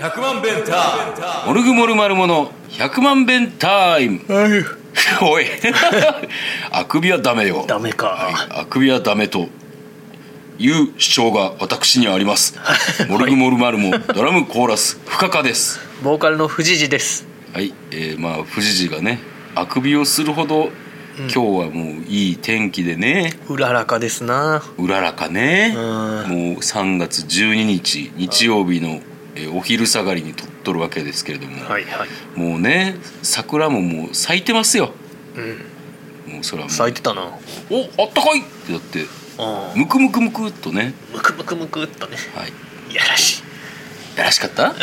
100万弁タイムモルグモルマルモの100万弁タイム おいあくびはダメよダメか。あくびはダメという主張が私にはあります モルグモルマルモドラムコーラス不可可ですボーカルの藤次です。はい、えー、まあ富士寺がねあくびをするほど、今日はもういい天気でねうららかですな。うららかね、うんもう3月12日日曜日の、えーお昼下がりに撮っとるわけですけれども、はいはい。もうね桜ももう咲いてますようん。もうそれはもう咲いてたな。うん。 「おあったかい!」ってなってむくむくむくっとねむくむくむくっとね。はいいやらしい。やらしかった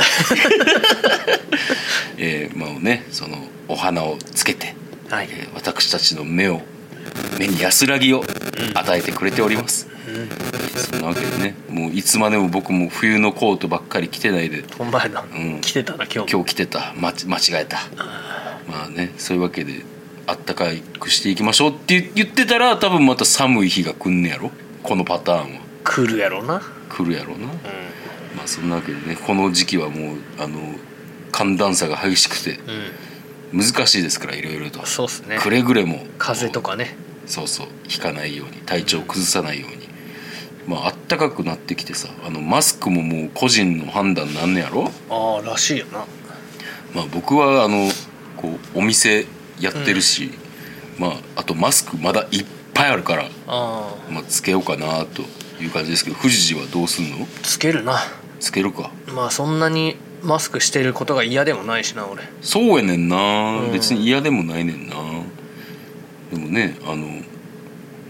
えー、まあねそのお花をつけてはい。えー私たちの目を目に安らぎを与えてくれております、うん。そんなわけでねもういつまでも僕も冬のコートばっかり着てないでほんまやな。ん来てたな今日も。今日着てたまち間違えたまあねそういうわけであったかくしていきましょうって言ってたら多分また寒い日が来んねやろこのパターンは来るやろな。来るやろなうまあそんなわけでねこの時期はもうあの寒暖差が激しくてん。うん。難しいですからいろいろとそうっすね。くれぐれも風邪とかね。そうそう引かないように体調崩さないようにまああったかくなってきてさあのマスクももう個人の判断なんねやろ、ああらしいよな。まあ、僕はあのこうお店やってるし、まああとマスクまだいっぱいあるから、あまあ、つけようかなという感じですけど富士寺はどうすんのあつけるな。つけるかまあそんなにマスクしてることが嫌でもないしな俺。そうやねんな、うん別に嫌でもないねんなでもねあの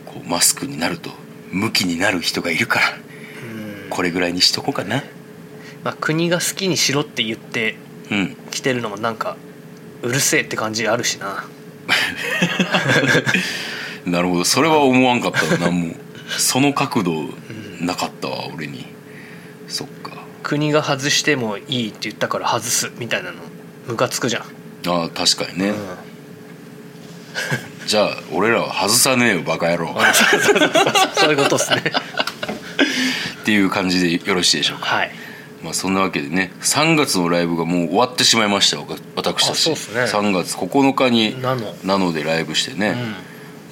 こうマスクになると向きになる人がいるからうん。これぐらいにしとこうかなまあ国が好きにしろって言ってうん来てるのもなんかうるせえって感じあるしな。なるほどそれは思わんかった わ何もその角度なかったわ俺にそっか国が外してもいいって言ったから外すみたいなのムカつくじゃん、ああ確かにね、うん、じゃあ俺らは外さねえよバカ野郎そういうことっすねっていう感じでよろしいでしょうか、はいまあ、そんなわけでね3月のライブがもう終わってしまいましたよ私たあち、そうっすね3月9日になのなのでライブしてね、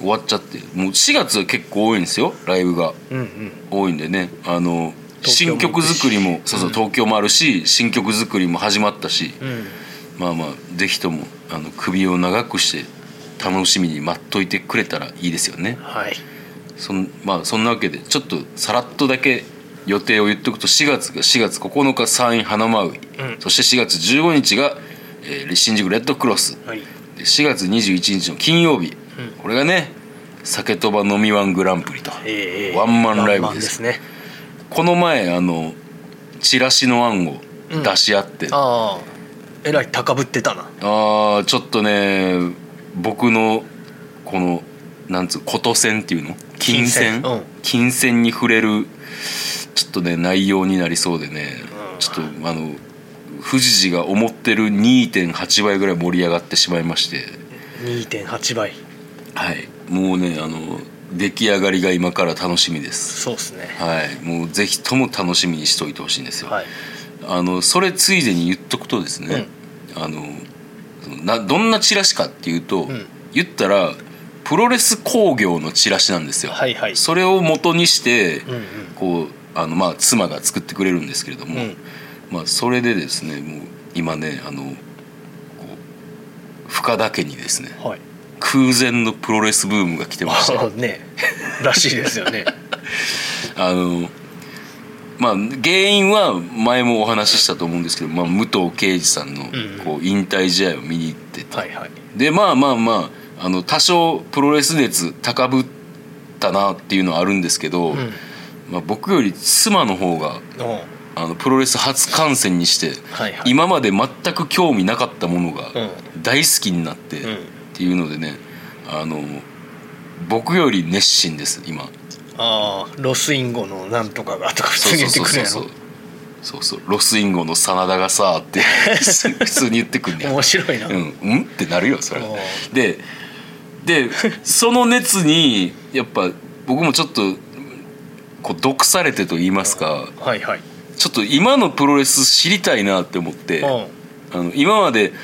う終わっちゃってもう4月は結構多いんですよライブがん、うんうん多いんでねあの東京も新曲作りもそうそううん東京もあるし、新曲作りも始まったし、うんまあまあぜひともあの首を長くして楽しみに待っといてくれたらいいですよねはいそんまあそんなわけでちょっとさらっとだけ予定を言っておくと4月が4月9日山陰花舞、うんそして4月15日が、えー新宿レッドクロスはいで4月21日の金曜日、うんこれがね酒とば飲みワングランプリと、えワンマンライブワンマンでですすねこの前あのチラシの案を出し合って、あああえらい高ぶってたなあーちょっとね僕のこのなんつうこと線っていうの金線金銭うん金銭に触れるちょっとね内容になりそうでね、うんちょっとあの富士寺が思ってる2.8倍ぐらい盛り上がってしまいまして2.8倍はいもうねあの出来上がりが今から楽しみですそうっすねはいもうぜひとも楽しみにしておいてほしいんですよ、はいあのそれついでに言っとくとですね、あのそのなどんなチラシかっていうと、ん言ったらプロレス興行のチラシなんですよ、はいはいそれを元にして、うんうんこうあのまあ妻が作ってくれるんですけれども、うんまあ、それでですねもう今ねあのこう深田家にですねはい空前のプロレスブームが来てましたああねらしいですよねあのまあ原因は前もお話ししたと思うんですけど、まあ、武藤敬司さんのんうんこう引退試合を見に行ってて、はいはいでまあまあまああの多少プロレス熱高ぶったなっていうのはあるんですけど、うんまあ、僕より妻の方がおうあのプロレス初観戦にして、はいはい今まで全く興味なかったものがう大好きになってっうんていうのでねあの僕より熱心です今。ああロスインゴのなんとかがとか普通に言ってくるやそうろそうそうそうそうロスインゴの真田がさっ て普通に言ってくんねや面白いな、うん、うんってなるよそれおうででその熱にやっぱ僕もちょっとこう毒されてと言いますかはいはいちょっと今のプロレス知りたいなって思ってうあんの今まで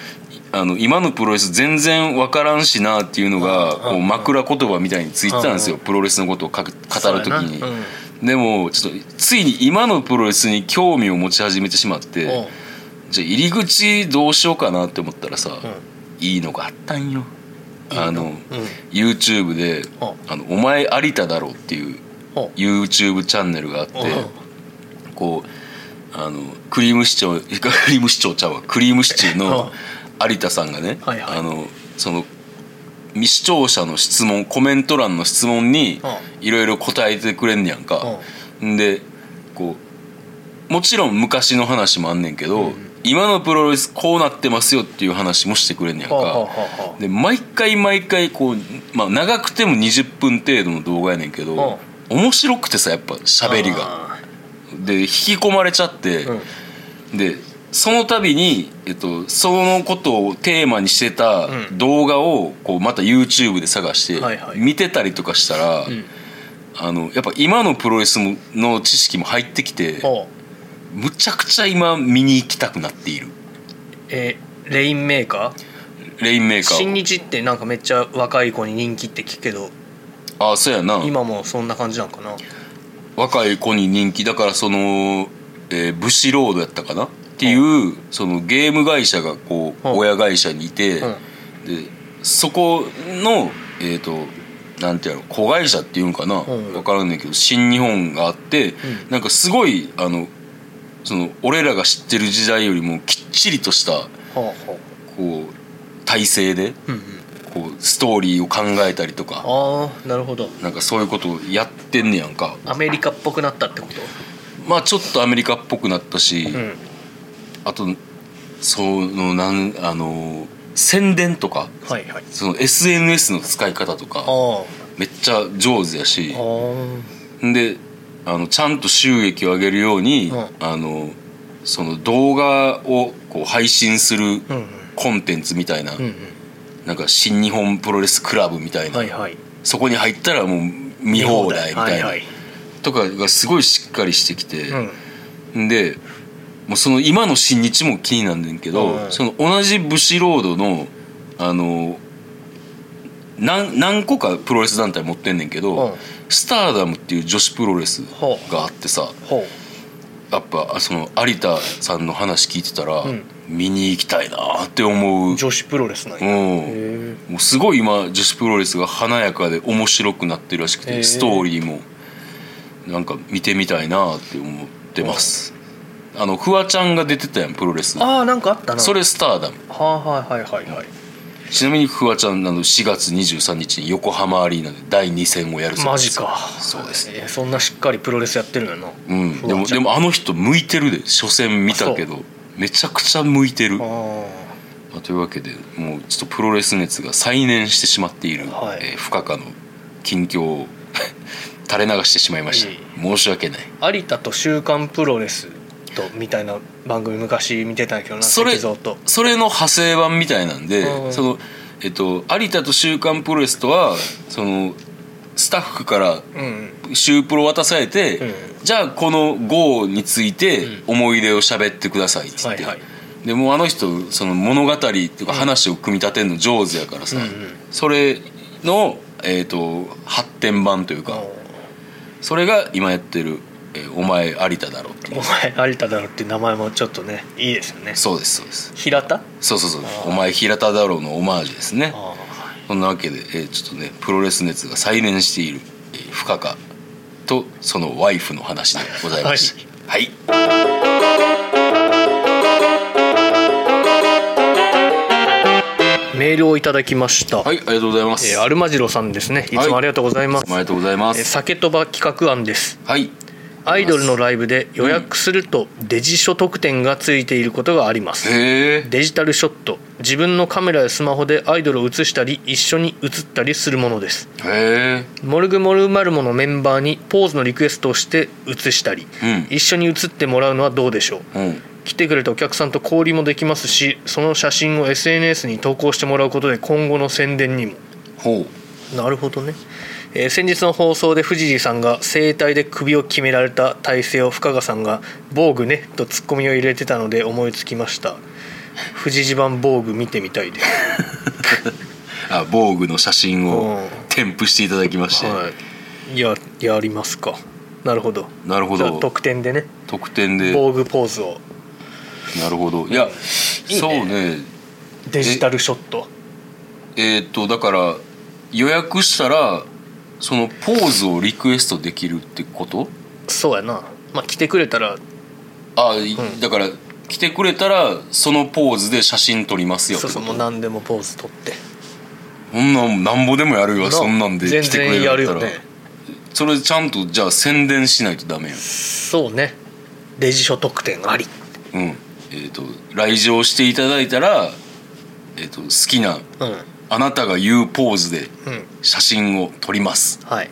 あの今のプロレス全然分からんしなっていうのがうんこう枕言葉みたいについてたんですようんプロレスのことをかく語る時にそうやなでもちょっとついに今のプロレスに興味を持ち始めてしまってうんうんじゃあ入り口どうしようかなって思ったらさ、いいのがあったんよいいのあのうん YouTube であ「あのお前有田だろ」っていうあ YouTube チャンネルがあってこうあのクリームシチュークリームシチューちゃうわクリームシチューの有田さんがねはいはいあのその未視聴者の質問コメント欄の質問にいろいろ答えてくれんねやんか。んでこうもちろん昔の話もあんねんけど、うん今のプロレスこうなってますよっていう話もしてくれんねやんか、はあはあはで毎回毎回こう、まあ、長くても20分程度の動画やねんけど、面白くてさやっぱあ喋りがあで引き込まれちゃって、ーうんでその度に、えっと、そのことをテーマにしてたうん動画をこうまた YouTube で探してはいはい見てたりとかしたら、うんあのやっぱ今のプロレスもの知識も入ってきて、おむちゃくちゃ今見に行きたくなっているえーレインメーカレインメーーカ新ー日ってなんかめっちゃ若い子に人気って聞くけどをあそうやな今もそんな感じなんかな若い子に人気だからその、えーブシロードやったかなっていう、そのゲーム会社がこう、うん親会社にいて、うんでそこのえっ、となんていうの子会社っていうんかな、わうん分からんねんけど新日本があって、んなんかすごいあのその俺らが知ってる時代よりもきっちりとしたはあはこう体制であうんうんこうストーリーを考えたりとかああなるほどなんかそういうことをやってんねやんかアメリカっぽくなったってこまあちょっとアメリカっぽくなったし、とうんあとそのなんあの宣伝とかはいはいその SNS の使い方とあかあめっちゃ上手やしあーであのちゃんと収益を上げるように、うんあのその動画をこう配信するうんうんコンテンツみたいな、うんなんか新日本プロレスクラブみたいうんな、はいはいそこに入ったらもう見放題みたいな、はいはいとかがすごいしっかりしてきて、うんでもうその今の新日も気になんねんけど、うんその同じブシロードのあの何何個かプロレス団体持ってんねんけど、うんスターダムっていう女子プロレスほうがあってさほやっぱその有田さんの話聞いてたら、うん見に行きたいなって思うう、女子プロレスなんうやへん、えもうすごい今女子プロレスが華やかで面白くなってるらしくへてえストーリーもなんか見てみたいなって思ってますあのフワちゃんが出てたやんプロレスああなんかあったなそれスターダムはあはいはいはいはいちなみにフワちゃんあの4月23日に横浜アリーナで第2戦をやるそうマですジかそうですえーそんなしっかりプロレスやってるのよなうんフでワもちゃでんもあの人向いてるで初戦見たけどめちゃくちゃ向いてるあまあというわけでもうちょっとプロレス熱が再燃してしまっている、はいえー不可可の近況を 垂れ流してしまいました、いえい申し訳ないあ有田と「週刊プロレス」とみたいな番組昔見てたんやけどなそれ石像とそれの派生版みたいなんで、うんそのえっと有田と「週刊プロレス」とはそのスタッフからうんう「ん週プロ」渡されて、うんじゃあこの号についてうん思い出を喋ってくださいって言はって、いはいでもうあの人その物語っていうか話を組み立てるの上手やからさ、うんうんそれの、えー、と発展版というかそれが今やってる「えーお前有田だろ」っていおう前有田だろっていう名前もちょっとねいいですよねそうですそうです平田そうそうそう「あーお前平田だろ」のオマージュですねあそんなわけで、えーちょっとねプロレス熱が再燃している、えー、不可可とそのワイフの話でございましたはい、メールをいただきました、はい、ありがとうございます、えーアルマジロさんですねいつもありがとうございます、おめでとうございまえーす酒とば企画案ですはいアイドルのライブで予約するとデジ書特典がついていることがあります、へえデジタルショット自分のカメラやスマホでアイドルを写したり一緒に写ったりするものですへえモルグモルマルモのメンバーにポーズのリクエストをして写したり、うん一緒に写ってもらうのはどうでしょううん来てくれたお客さんと交流もできますしその写真を SNS に投稿してもらうことで今後の宣伝にもほなるほどねえー先日の放送で藤井さんが整体で首を決められた体勢を深川さんが「防具ね」とツッコミを入れてたので思いつきま した藤井版防具見てみたいですあ防具の写真をうん添付していただきまして、はいいややりますかなるほどなるほどじゃあ特典でね特典で防具ポーズをなるほどいや、いいねそうねデジタルショットえーっとだから予約したらそのポーズをリクエストできるってことそうやなまあ来てくれたらあ、いんだから来てくれたらそのポーズで写真撮りますよってそうことそうもう何でもポーズ取ってそんなんなんぼでもやるよそんなんで全来てくれ然るんやだるよったらねそれちゃんとじゃあ宣伝しないとダメよそうねデジ書特典ありうんえっ、と来場していただいたら、えー、と好きなうんあなたが言うポーズでうん写真を撮りますはいっ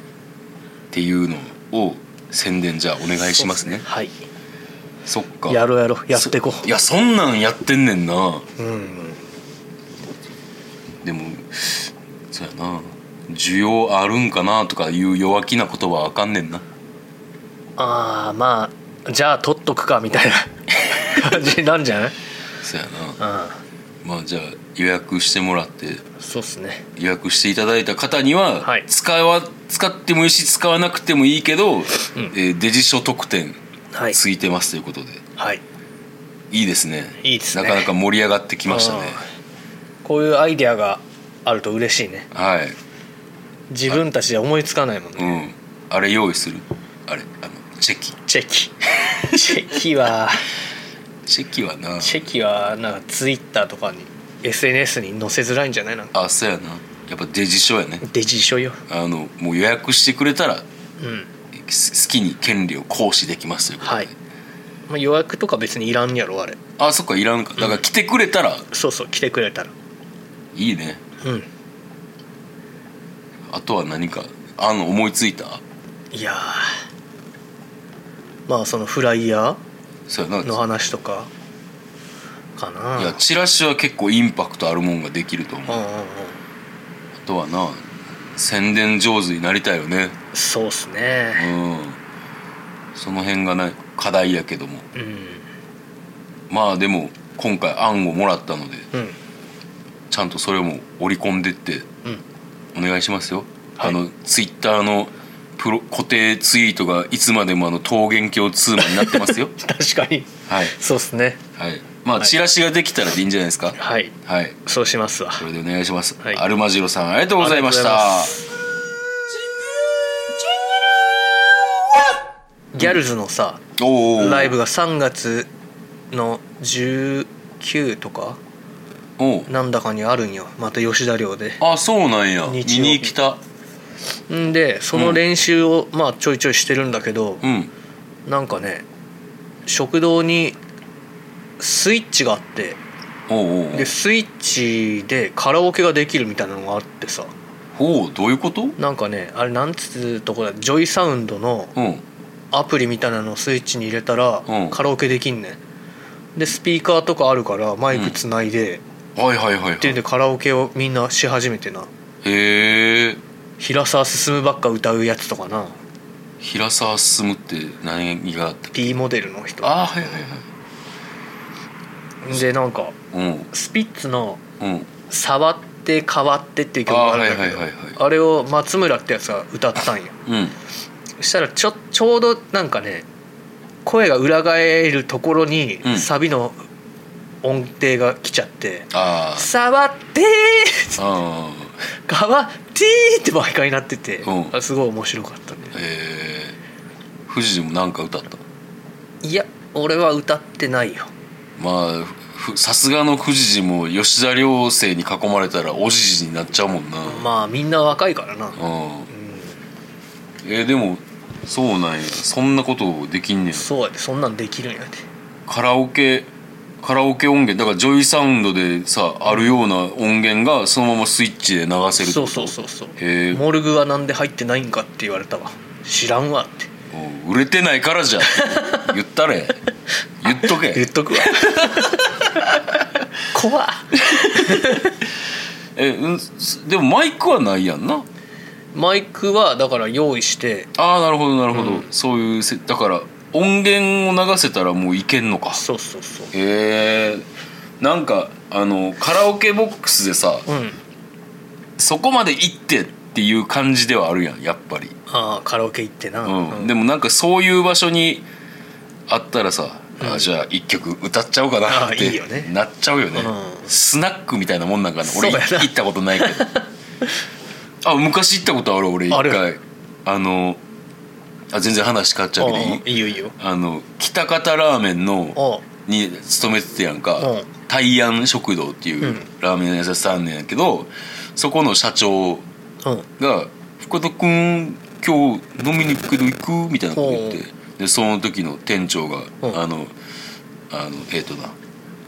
ていうのを宣伝じゃあお願いしますねはいそっかやろうやろうやってこそいやそんなんやってんねんなううんでもそうやな需要あるんかなとかいう弱気な言葉はあかんねんなああまあじゃあ取っとくかみ たいな感じなんじゃないそうやなうまあじゃあ予約してもらってんそうっすね予約していただいた方には、はい使わ使ってもいいし使わなくてもいいけど、えーデジ書特典はいついてますということで、はいいいですねいいですねなかなか盛り上がってきましたねこういうアイデアがあると嬉しいねはい自分たちじゃ思いつかないもんねうんあれ用意するあれあのチェキチェ キチェキはチェキはなチェキはなんかツイッターとかに SNS に載せづらいんじゃないなんかあそうやなやっぱデジ書やねデジ書よあのもう予約してくれたらうんす好きに権利を行使できますということで、はい、まあ、予約とか別にいらんやろあれあそっかいらんかだから来てくれたらそうそう来てくれたらいいねうんあとは何かあの思いついたいやーまあそのフライヤそうやなーの話とかかないやチラシは結構インパクトあるもんができると思うう、んあうんうんとはな宣伝上手になりたいよねそうっすうねんその辺がね課題やけどもうんまあでも今回案をもらったのでうんちゃんとそれも織り込んでってうんお願いしますよ、はいあのツイッターのプロ固定ツイートがいつまでもあの桃源郷ツーマンになってます よ確かにはい、そうっすねはい、まあ、はいチラシができたらでいいんじゃないですかはいはいそうしますわそれでお願いします、はいアルマジロさんありがとうございましありがとうたございまギャルズのさおーおーライブが3月の19とかおうなんだかにあるんよまた吉田寮であそうなんや見日曜日に来たんでその練習をまあちょいちょいしてるんだけど、うんなんかね食堂にスイッチがあっておうおうおうでスイッチでカラオケができるみたいなのがあってさおうどういうことうんなんかねあれなんつうとこだジョイサウンドのアプリみたいなのをスイッチに入れたらうんカラオケできんねんでスピーカーとかあるからマイクつないで、はいはいはい、はっていうんい、でカラオケをみんなし始めてなへえ平沢進むばっか歌うやつとかな平沢進って何があった P モデルの人あーはいはいでなんかはいスピッツのうんうん「触って変わって」っていう曲があるんだけどあーはいはいはいはいあれを松村ってやつが歌ったんようんそしたらちょちょうどなんかね声が裏返るところにうんサビの音程が来ちゃってあ「触ってーあ変わって」って毎回なっててうんあすごい面白かったねーへえ富士でもなんか歌ったいや俺は歌ってないよまあふさすがの富士も吉田寮生に囲まれたらおじじになっちゃうもんな、まあみんな若いからなうんえーでもそうなんやそんなことできんねやそうやでそんなんできるんやでカラオケカラオケ音源だからジョイサウンドでさあるような音源がそのままスイッチで流せるってそこうとそうそうそうへえモルグはなんで入ってないんかって言われたわ知らんわってうん売れてないからじゃ ん言ったれ言っと言けっとくわ怖っえうんすでもマイクはないやんなマイクはだから用意してああなるほどなるほど、そういうせだから音源を流せたらもういけんのかそうそうそうへえなんかあのカラオケボックスでさうんそこまで行ってっていう感じではあるやんやっぱり、ああカラオケ行ってな、うんうんでもなんかそういう場所にあったらさ、うんあじゃあ一曲歌っちゃおうかなっあーいいてよねなっちゃうよねうんスナックみたいなもんなんかな俺そうやな行ったことないけど あ昔行ったことある俺一回あるあのあ全然話変わっちゃうけどいいうんいいよいいよあの北方ラーメンのあに勤めててやんかうん大安食堂っていううんラーメン屋さんあんねんやけどそこの社長あうんが「深田君今日飲みに行くけど行く?」みたいなこと言っほてでその時の店長がうんあのあのえっ、とな、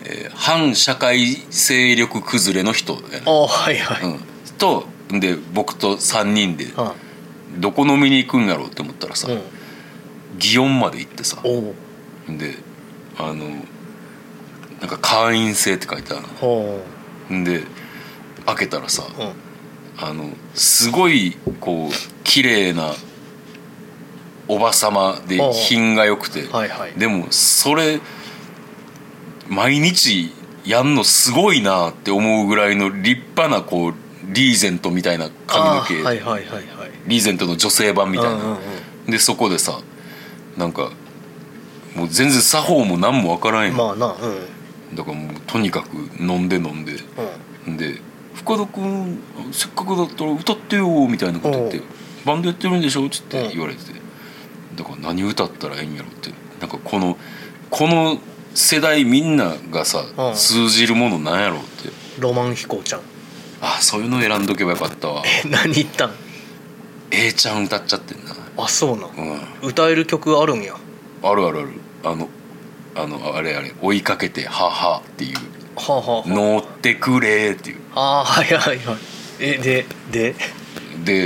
えー反社会勢力崩れの人やねああはいはい、うん、とで僕と3人であどこ飲みに行くんやろうって思ったらさ、うん祇園まで行ってさおうであのなんか会員制って書いてあるおうので開けたらさうんあのすごいこう綺麗なおばさまでおう品が良くてはいはいでもそれ毎日やんのすごいなって思うぐらいの立派なこうリーゼントみたいな髪の毛、ああはいはいはいはいリーゼントの女性版みたいな、うんうんでそこでさなんかもう全然作法も何も分からんうやんん、まあなうんうんだからもうとにかく飲んで飲んでで「深田君せっかくだったら歌ってよ」みたいなこと言っおてう「バンドやってるんでしょ?」っつってうん言われててだから何歌ったらええんやろってなんかこのこの世代みんながさうん通じるものなんやろうってロマン飛行ちゃん あそういうの選んどけばよかったわ何言ったん A ちゃん歌っちゃってんなあそうなうん歌える曲あるんやはあるあるあるあのあのあれあれ追いかけて「はは」っていうあ、は「乗ってくれ」っていうあ、ああはいはいはいえでで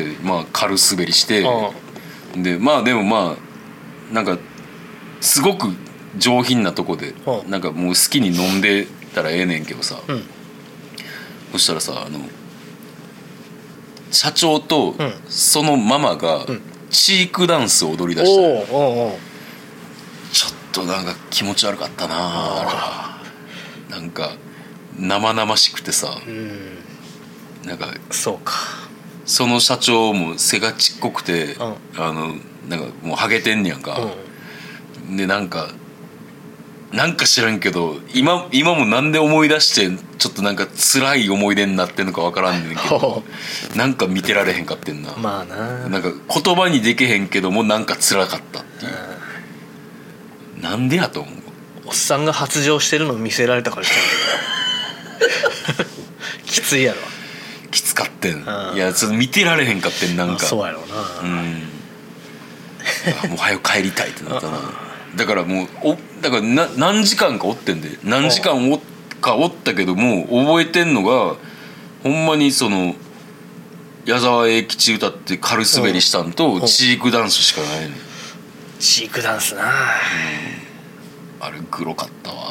でまあ軽滑りしてあでまあでもまあなんかすごく上品なとこで、うんなんかもう好きに飲んでたらええねんけどさ、あうんそしたらさあの社長とうんそのママがうんチークダンスを踊りだした、おうおうおうちょっとなんか気持ち悪かったなあれはなんか生々しくてさうんなんかそうかその社長も背がちっこくて、うんあのなんかもうハゲてんねやんか、うんでなんかなんか知らんけど今今もなんで思い出してちょっとなんか辛い思い出になってんのかわからんねん けどほなんか見てられへんかってんな、うまあななんか言葉にできへんけどもなんか辛かったっていうなんでやと思うおっさんが発情してるの見せられたからじゃん きついやろきつかってんんいやちょっと見てられへんかってんなんあかそうやろうな、うんあもう早く帰りたいってなったなだからもうおだからな何時間かおってんで何時間おっかおったけどもう覚えてんのがほんまにその矢沢永吉歌って軽滑りしたんうとんうんチークダンスしかないねん飼育ダンスなあれグロかったわ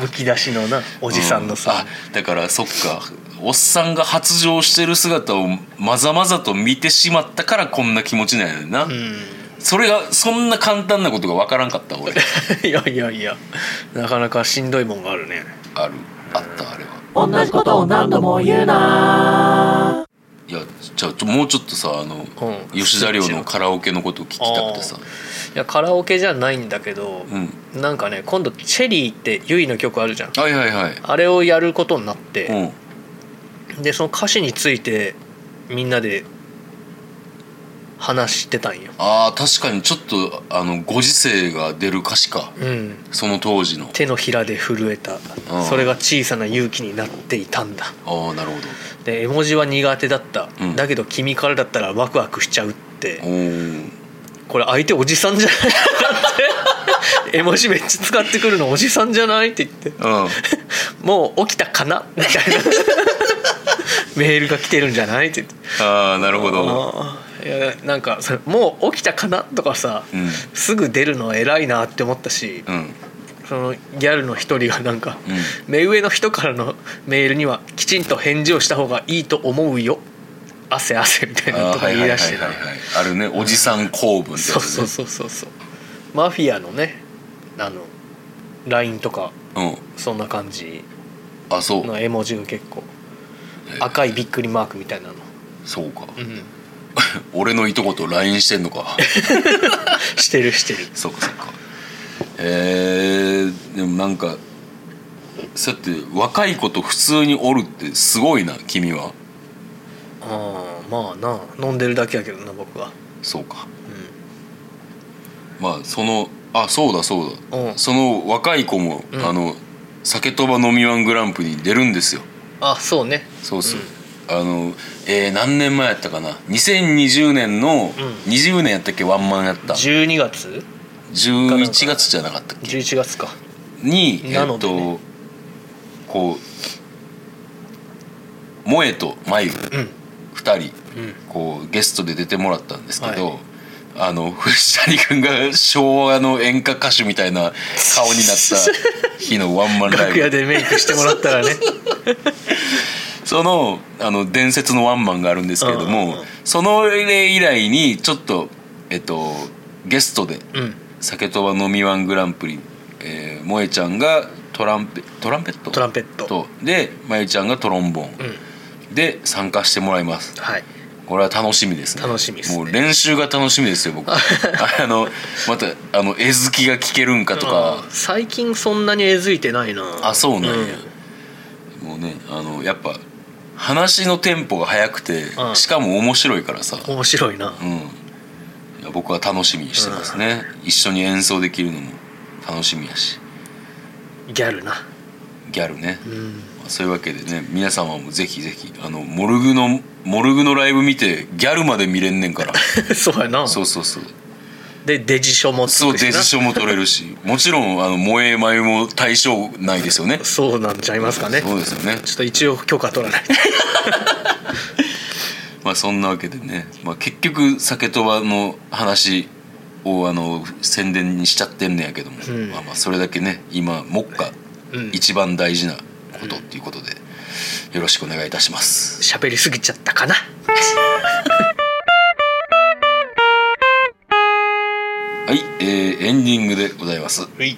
むき出しのな おじさんのさ、うあだからそっかおっさんが発情してる姿をまざまざと見てしまったからこんな気持ちなんやねんな、うん それがそんな簡単なことが分からんかった俺いやいやいやなかなかしんどいもんがあるねあるあったあれは同じことを何度も言うな。いやじゃあちょもうちょっとさあの、ん吉田寮のカラオケのことを聞きたくてさいやカラオケじゃないんだけど、うんなんかね今度チェリーってゆいの曲あるじゃんはいはいはいあれをやることになっうて、んでその歌詞についてみんなで話してたんよあー確かにちょっとあのご時世が出る歌詞かうんその当時の手のひらで震えたうんそれが小さな勇気になっていたんだああなるほで絵文字は苦手だった、うんだけど君からだったらワクワクしちゃうってどおーこれ相手おじさんじゃないだ って絵文字めっちゃ使ってくるのおじさんじゃないって言ってうんもう起きたかなみたいなメールが来てるんじゃないって言ってああなるほどあーいやなんかそれもう起きたかなとかさ、うんすぐ出るのは偉いなって思ったし、うんそのギャルの一人がなんか、うん目上の人からのメールにはきちんと返事をした方がいいと思うよ汗汗みたいなあーとこはい言いはいはい出はしいてはないあるねおじさん構文ってそやうつそねうそうそうそうマフィアのねあの LINE とかうんそんな感じあそうの絵文字が結構え赤いびっくりマークみたいなの、そうかうん、俺のいとこと LINE してんのかしてるしてるそうかそうかえー、でもなんかそうやって若い子と普通におるってすごいな君はああまあな飲んでるだけやけどな僕はそうかうまあそのあそうだそうだ、うんその若い子も、うんあの酒とば飲みワングランプリに出るんですよんあそうねそうそう、あのえー何年前やったかな2020年の、20年やったっけワンマンやった12月11月じゃなかったっけ11月かに、えなっのでと、ねこう萌えと眉うん2人うんこうゲストで出てもらったんですけど、はいあの藤谷君が昭和の演歌歌手みたいな顔にな った日のワンマンラ楽イ屋ブでメイクしてもらった らねそのあの伝説のワンマンがあるんですけれども、うんうんうんその例以来にちょっとえっとゲストでうん「酒とば飲みワングランプリ」えー萌えちゃんがトランペトランペットトランペットとでまゆちゃんがトロンボーン、うんで参加してもらいますはいこれは楽しみですね楽しみですねもう練習が楽しみですよ 僕あのまたあの絵好きが聞けるんかとかうん最近そんなにえずいてないなあそうなんやんもうねあのやっぱ話のテンポが速くて、うんしかも面白いからさ、面白いなうん、いや僕は楽しみにしてますね、一緒に演奏できるのも楽しみやしギャルなギャルね、うん まあそういうわけでね皆様もぜひぜひあのモルグのモルグのライブ見てギャルまで見れんねんから そうやなそうそうそうでデジ書もつそうくしデなジ賞も取れるしもちろんあの萌え眉も対象ないですよねそうなんちゃいますかねそうですよね、ちょっと一応許可 取らないとまあ、そんなわけでね、まあ、結局酒とばの話をあの宣伝にしちゃってんねやけども、うんまあ、まあそれだけね今目下、うん一番大事なことっていうことで、よろしくお願いいたします喋りすぎちゃったかなはい、えーエンディングでございますはい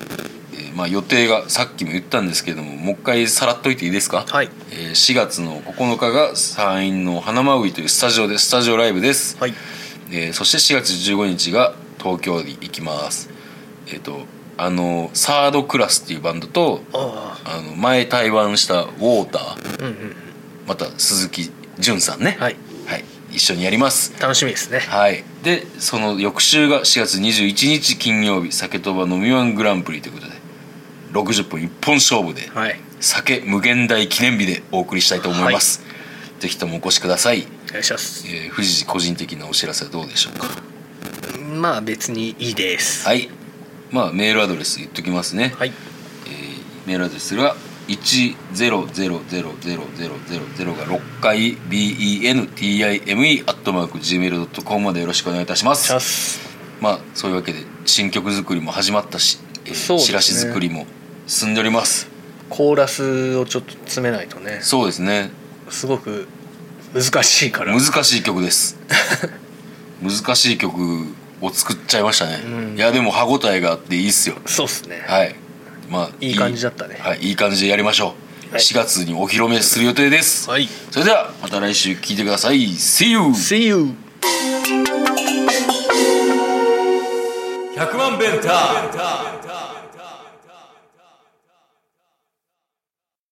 えーまあ、予定がさっきも言ったんですけどももう一回さらっといていいですか、はいえー4月の9日が山陰の花まういというスタジオでスタジオライブです、はいえーそして4月15日が東京に行きますえっ、とあのサードクラスっていうバンドとああの前対湾したウォーターあうんうんまた鈴木潤さんねはい、はい、一緒にやります楽しみですねはい、でその翌週が4月21日金曜日酒とば飲みワングランプリということで60分一本勝負ではい酒無限大記念日でお送りしたいと思います、ぜひともお越しください、お願いしますえー、富士個人的なお知らせはどうでしょうかまあ別にいいですはいまあメールアドレス言っときますね、はいえーメールアドレスが1000000が6回 bentime.gmail.com までよろしくお願いいたしますチャスまあそういうわけで新曲作りも始まったし、えーそうですチねラシ作りも進んでおりますコーラスをちょっと詰めないとねそうですねすごく難しいから難しい曲です 難しい曲を作っちゃいましたね、うんいやでも歯応えがあっていいっすよそうっすねはいまあいい感じだったねはい、いい感じでやりましょう、はい4月にお披露目する予定です、はいそれではまた来週聴いてください See you! See you 100万ベンター